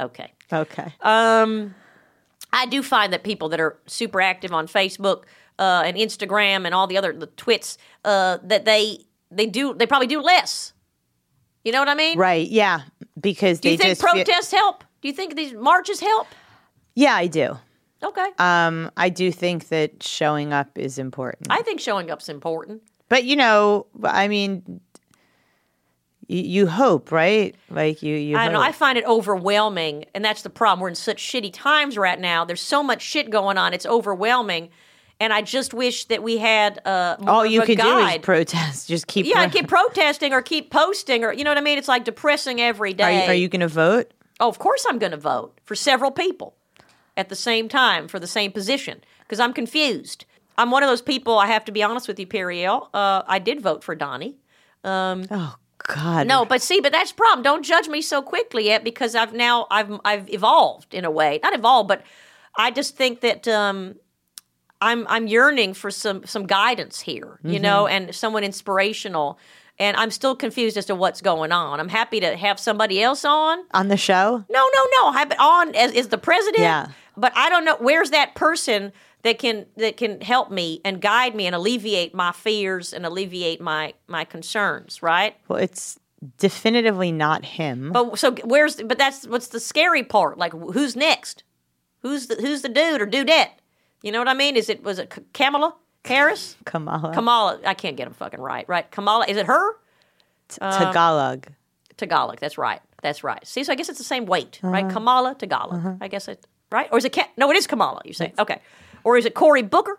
Okay. Okay. Uh, I do find that people that are super active on Facebook uh, and Instagram and all the other the twits uh, that they they do they probably do less. You know what I mean? right. Yeah. Because Do they you think just feel- protests help? Do you think these marches help? yeah, I do. Okay, Um, I do think that showing up is important. I think showing up's important. but you know, I mean, you, you hope, right? Like you, you. I don't know. I hope. find it overwhelming, and that's the problem. We're in such shitty times right now. There's so much shit going on. It's overwhelming, and I just wish that we had uh, more All of you a could do is guide. protest. Just keep. yeah, pro- and keep protesting or keep posting or you know what I mean. It's like depressing every Are you, day. are you going to vote? oh, of course I'm going to vote for several people at the same time for the same position because I'm confused. I'm one of those people. I have to be honest with you, Periel. Uh, I did vote for Donnie. Oh God. Mm-hmm. No, but see, but that's the problem. Don't judge me so quickly yet because I've now I've I've evolved in a way. Not evolved, but I just think that um I'm I'm yearning for some some guidance here, you know, and someone inspirational. And I'm still confused as to what's going on. I'm happy to have somebody else on. On the show? No, no, no. I've been on as is the president. Yeah. But I don't know where's that person that can that can help me and guide me and alleviate my fears and alleviate my my concerns, right? Well, it's definitively not him. But so where's but that's what's the scary part? Like who's next? Who's the who's the dude or dudette? You know what I mean? Is it was it K- Kamala Harris? Kamala Kamala, I can't get them fucking right, right? Kamala, is it her? T- Tagalog. Tagalog, that's right, that's right. See, so I guess it's the same weight, Uh-huh. right? Kamala Tagalog, I guess it right, or is it? Ka- no, it is Kamala. You say okay, or is it Cory Booker?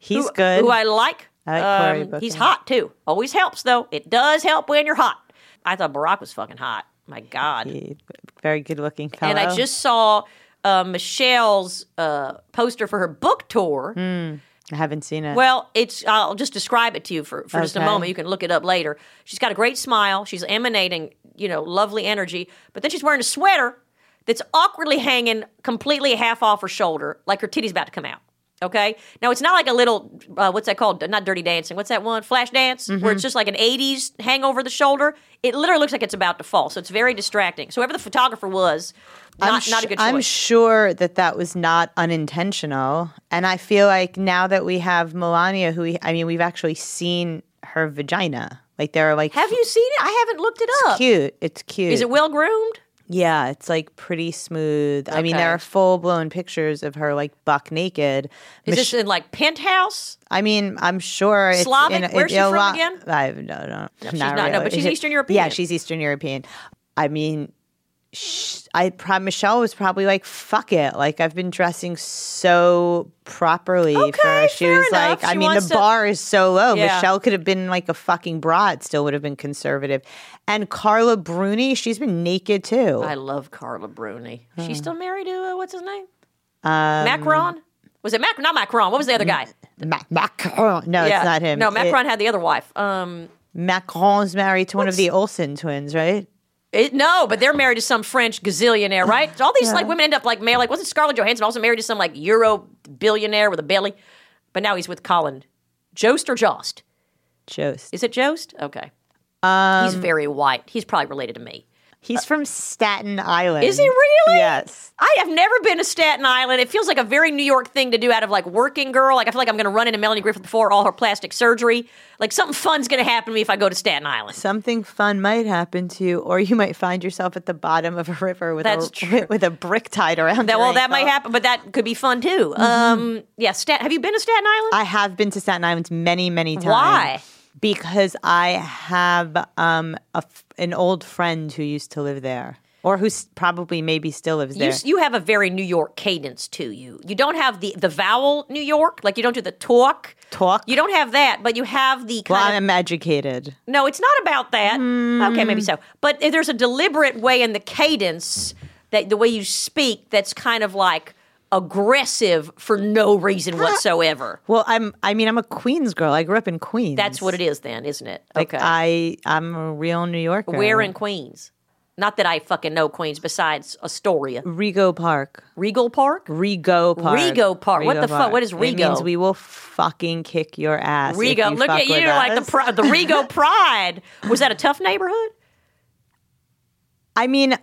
He's who, good. Who I like. Um, I like Cory Booker. He's hot too. Always helps though. It does help when you're hot. I thought Barack was fucking hot. My God. He- very good looking fellow. and I just saw uh, Michelle's uh, poster for her book tour. Hmm. I haven't seen it. Well, it's I'll just describe it to you for, for just a Okay. moment. You can look it up later. She's got a great smile. She's emanating, you know, lovely energy. But then she's wearing a sweater that's awkwardly hanging completely half off her shoulder, like her titty's about to come out. Okay. Now it's not like a little uh, what's that called? Not dirty dancing. What's that one? Flash dance, Mm-hmm. where it's just like an '80s hang over the shoulder. It literally looks like it's about to fall. So it's very distracting. So whoever the photographer was, I'm not not a su- good choice. I'm sure that that was not unintentional. And I feel like now that we have Melania, who we, I mean, we've actually seen her vagina. Like there are like Have you seen it? I haven't looked it up. cute. It's cute. Is it well groomed? Yeah, it's like pretty smooth. I mean, there Okay. are full blown pictures of her like buck naked. Is this in like penthouse? I mean, I'm sure it's Slavic? In, Where's she in a from lot- again? I don't know. not she's not- no, really. but she's Is it- Eastern European. Yeah, she's Eastern European. I mean, sh- I prob- Michelle was probably like, "Fuck it!" Like I've been dressing so properly for. Okay, her. She fair was enough. like, "I She mean, wants the to- bar is so low." Yeah. Michelle could have been like a fucking broad, still would have been conservative. And Carla Bruni, she's been naked too. I love Carla Bruni. She's still married to uh, what's his name? Um, Macron. Was it Macron? Not Macron. What was the other guy? Ma- Macron. No, it's not him. No, It- Macron had the other wife. Um, Macron's married to one of the Olsen twins, right? it- no, but they're married to some French gazillionaire, right? All these like women end up like male. Like wasn't Scarlett Johansson also married to some like Euro billionaire with a belly? But now he's with Colin Jost or Jost. Jost. Um, Is it Jost? Okay. he's very white. He's probably related to me. He's from Staten Island. Is he really? Yes. I have never been to Staten Island. It feels like a very New York thing to do out of like working girl. Like I feel like I'm going to run into Melanie Griffith before all her plastic surgery. Like something fun's going to happen to me if I go to Staten Island. Something fun might happen to you, or you might find yourself at the bottom of a river with That's a true. with a brick tied around. That your well, that might ankle. happen, but that could be fun too. Mm-hmm. Um, yeah. Stat- have you been to Staten Island? I have been to Staten Island many, many times. Why? Because I have um, a f an old friend who used to live there, or who's probably maybe still lives You, there. s- you have a very New York cadence to you. You don't have the, the vowel New York, like you don't do the talk. Talk. You don't have that, but you have the kind well, of I'm educated. No, it's not about that. Okay, maybe Mm. so. But there's a deliberate way in the cadence that the way you speak that's kind of like aggressive for no reason whatsoever. Well, I'm. I mean, I'm a Queens girl. I grew up in Queens. That's what it is then, isn't it? Like, I I'm a real New Yorker. Where in Queens? Not that I fucking know Queens besides Astoria. Rigo Park. Regal Mm. Park? Rego Park. Rego Park. What the fuck? What is It Rego? means we will fucking kick your ass. if Rego. you Look fuck at you with like us. the pri- the Rego Pride. Was that a tough neighborhood? I mean,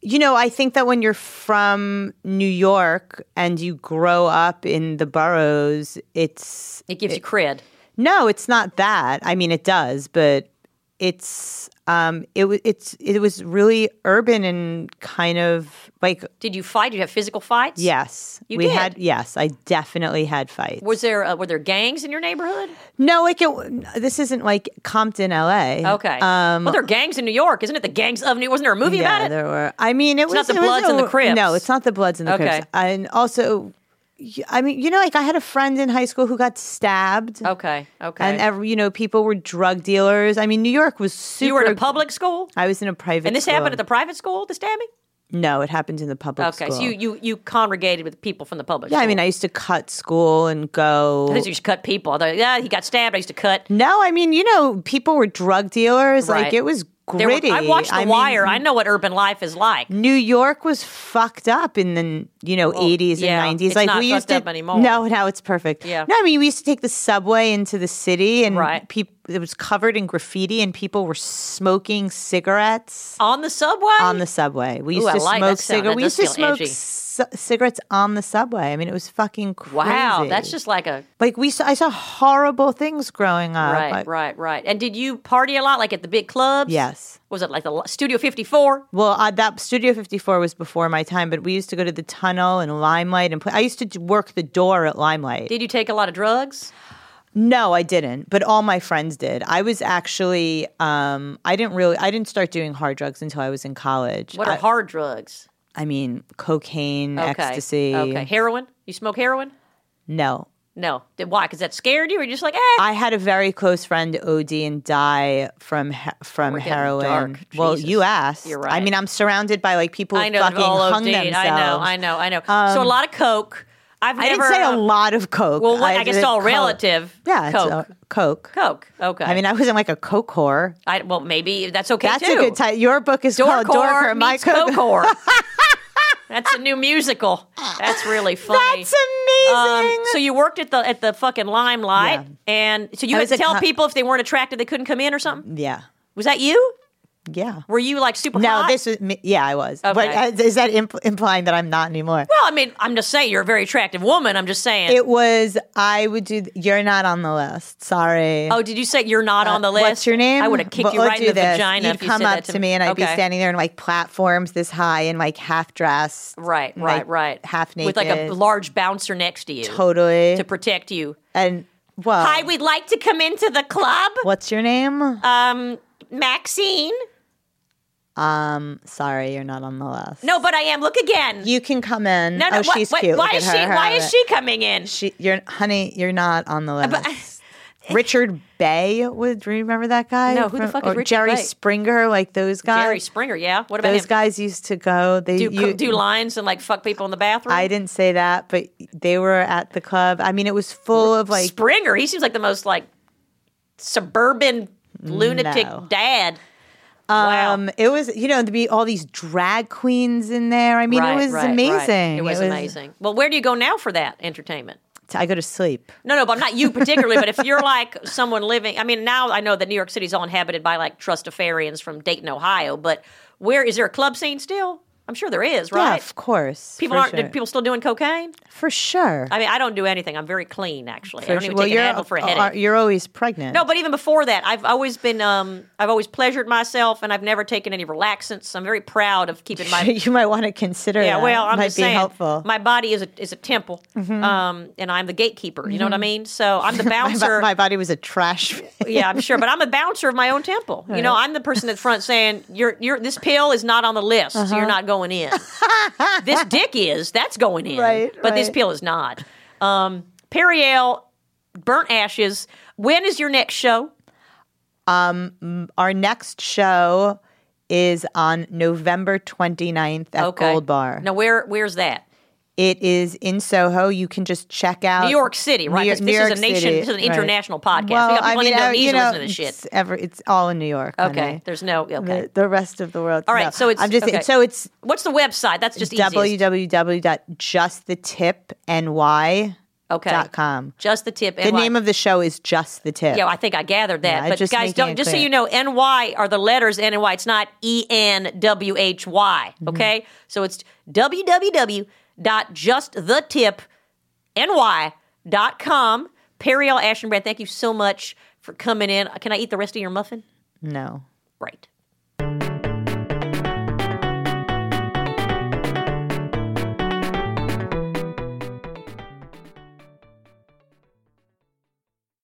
you know, I think that when you're from New York and you grow up in the boroughs, it's It gives you cred. no, it's not that. I mean, it does, but it's um, it was it's it was really urban and kind of like Did you fight? Did you have physical fights? yes, You we did. had yes, I definitely had fights. Was there uh, were there gangs in your neighborhood? no, like it, this isn't like Compton, L.A. Okay. well, there are gangs in New York, isn't it? The gangs of New. Wasn't there a movie Um, yeah, about it? there were. I mean, it was not the it was Bloods and the a- Crips. No, it's not the Bloods and the Okay. Crips. And also, y- I mean, you know, like I had a friend in high school who got stabbed. okay. Okay. And every, you know, people were drug dealers. I mean, New York was super. you were in a public school, I was in a private. and this happened at the private school. The stabbing. No, it happened in the public. Okay. So school. you you you congregated with people from the public. Yeah, I school. mean, I used to cut school and go. I used to just cut people. I thought, yeah, he got stabbed. I used to cut. no, I mean, you know, people were drug dealers. Right. Like it was There were- gritty. I watched The mean, Mm. Wire. I know what urban life is like. New York was fucked up in the you know eighties yeah, and nineties. it's not fucked up anymore. No, now it's perfect. Yeah. No, I mean we used to take the subway into the city and Right. peop- it was covered in graffiti and people were smoking cigarettes On the subway. on the subway. We used Ooh, I to like that sound. smoke That cigarettes. We does used to feel smoke edgy. c- cigarettes on the subway. I mean it was fucking crazy. wow, that's just like a like we saw. I saw horrible things growing up. right, Like- right, right. And did you party a lot, like at the big clubs? Yes. Was it like the Studio Fifty Four? Well, uh, that Studio 54 was before my time, but we used to go to the tunnel and Limelight and play. I used to d- work the door at Limelight. Did you take a lot of drugs? no, I didn't, but all my friends did. I was actually, um, I didn't really, I didn't start doing hard drugs until I was in college. What are I, hard drugs? I mean, cocaine, Okay. ecstasy. Okay. Heroin? You smoke heroin? No. No. Did, why? Because that scared you? Or you're just like, eh. I had a very close friend OD and die from he- from getting heroin. dark. Well, Jesus. you asked. You're I right. mean, I'm surrounded by like people I who know. fucking they've all hung OD'd. themselves. I know. I know. I know. so a lot of coke. I've I never. didn't say a uh, lot of coke. Well, what, I, guess did all coke. relative. Yeah, it's, Coke. uh, coke. coke. Okay. I mean, I wasn't like a coke whore. I, well, maybe that's okay That's too. a good title. Your book is Dorcore called Dorker. My meets coke. Cocore. that's a new musical. That's really funny. That's amazing. Um, so you worked at the at the fucking limelight, and so you I had was to a tell con- people if they weren't attracted, they couldn't come in or something. yeah, Was that you? yeah. Were you like super? No, hot? this was me- yeah, I was. But Okay. uh, is that imp- implying that I'm not anymore? Well, I mean, I'm just saying you're a very attractive woman. I'm just saying. It was. I would do. th- You're not on the list. Sorry. oh, did you say you're not on the list? Uh, What's your name? I would have kicked But you we'll right in do the this. vagina You'd if you come said up that to to me, and I'd Okay. be standing there in like platforms this high and like half dressed. Right, right, like, right. half with like a naked. large bouncer next to you Totally. Um, to protect you. and well, Hi, we'd like to come into the club. what's your name? Um, Maxine. um, sorry, you're not on the list. No, but I am. Look again. You can come in. no, no. oh, what- she's what- cute. Why Look is at her, she? her, Why is look. she coming in? She, you're, honey, you're not on the list. Richard Bay, would do you remember that guy? No, who the fuck is or Richard Jerry Bay? Springer, like those guys. Jerry Springer. Yeah. What about those him? guys used to go. They do you- do lines and like fuck people in the bathroom. I didn't say that, but they were at the club. I mean, it was full of like Springer. He seems like the most like suburban lunatic No. dad. um, it was you know to be all these drag queens in there. I mean, Right, it was right, right. amazing. It was amazing. Well, where do you go now for that entertainment? I go to sleep. No, no, but not you particularly. but if you're like someone living, I mean, now I know that New York City's all inhabited by like trustafarians from Dayton, Ohio. But Where is there a club scene still? I'm sure there is, right? Yeah, of course. People for aren't sure. people still doing cocaine? for sure. I mean, I don't do anything. I'm very clean, actually. I For don't sure. even Well, take you're an Advil for a uh, headache. you're always pregnant. No, but even before that, I've always been um, I've always pleasured myself, and I've never taken any relaxants. I'm very proud of keeping my you might want to consider. yeah. that. Well, I'm might just be saying, helpful. Mm-hmm. my body is a is a temple, um, and I'm the gatekeeper. You know what I mean? So I'm the My, bo- bouncer. my body was a trash. yeah, I'm sure, but I'm a bouncer of my own temple. You know, I'm the person at the front saying, "You're, you're this pill is not on the list. so Uh-huh. You're not going in. this dick is. That's going in. Right, but this right. pill is not." Um, Periel, burnt ashes. When is your next show? Our next show is on November 29th at Gold Bar. Now, where where's that? It is in Soho. You can just check out New York City, right? Uh, New this York- this New is York a nation. City, This is an right. international podcast. Well, we got I people mean, in I- Indonesia you know, listening to this it's shit. every- it's all in New York. Okay, honey. there's no okay. The, the rest of the world. All right, so it's- I'm just okay. so it's What's the website? That's just easy. www.justthetipny.com. Okay, just the tip. The name of the show is Just the Tip. Yeah, I think I gathered that. Yeah, I but just guys, making don't it just so clear. you know, NY are the letters N and Y. It's not E N W H Y. Mm-hmm. Okay, so it's www.justthetipny.com. Periel Ashenbrand, thank you so much for coming in. Can I eat the rest of your muffin? no. Right.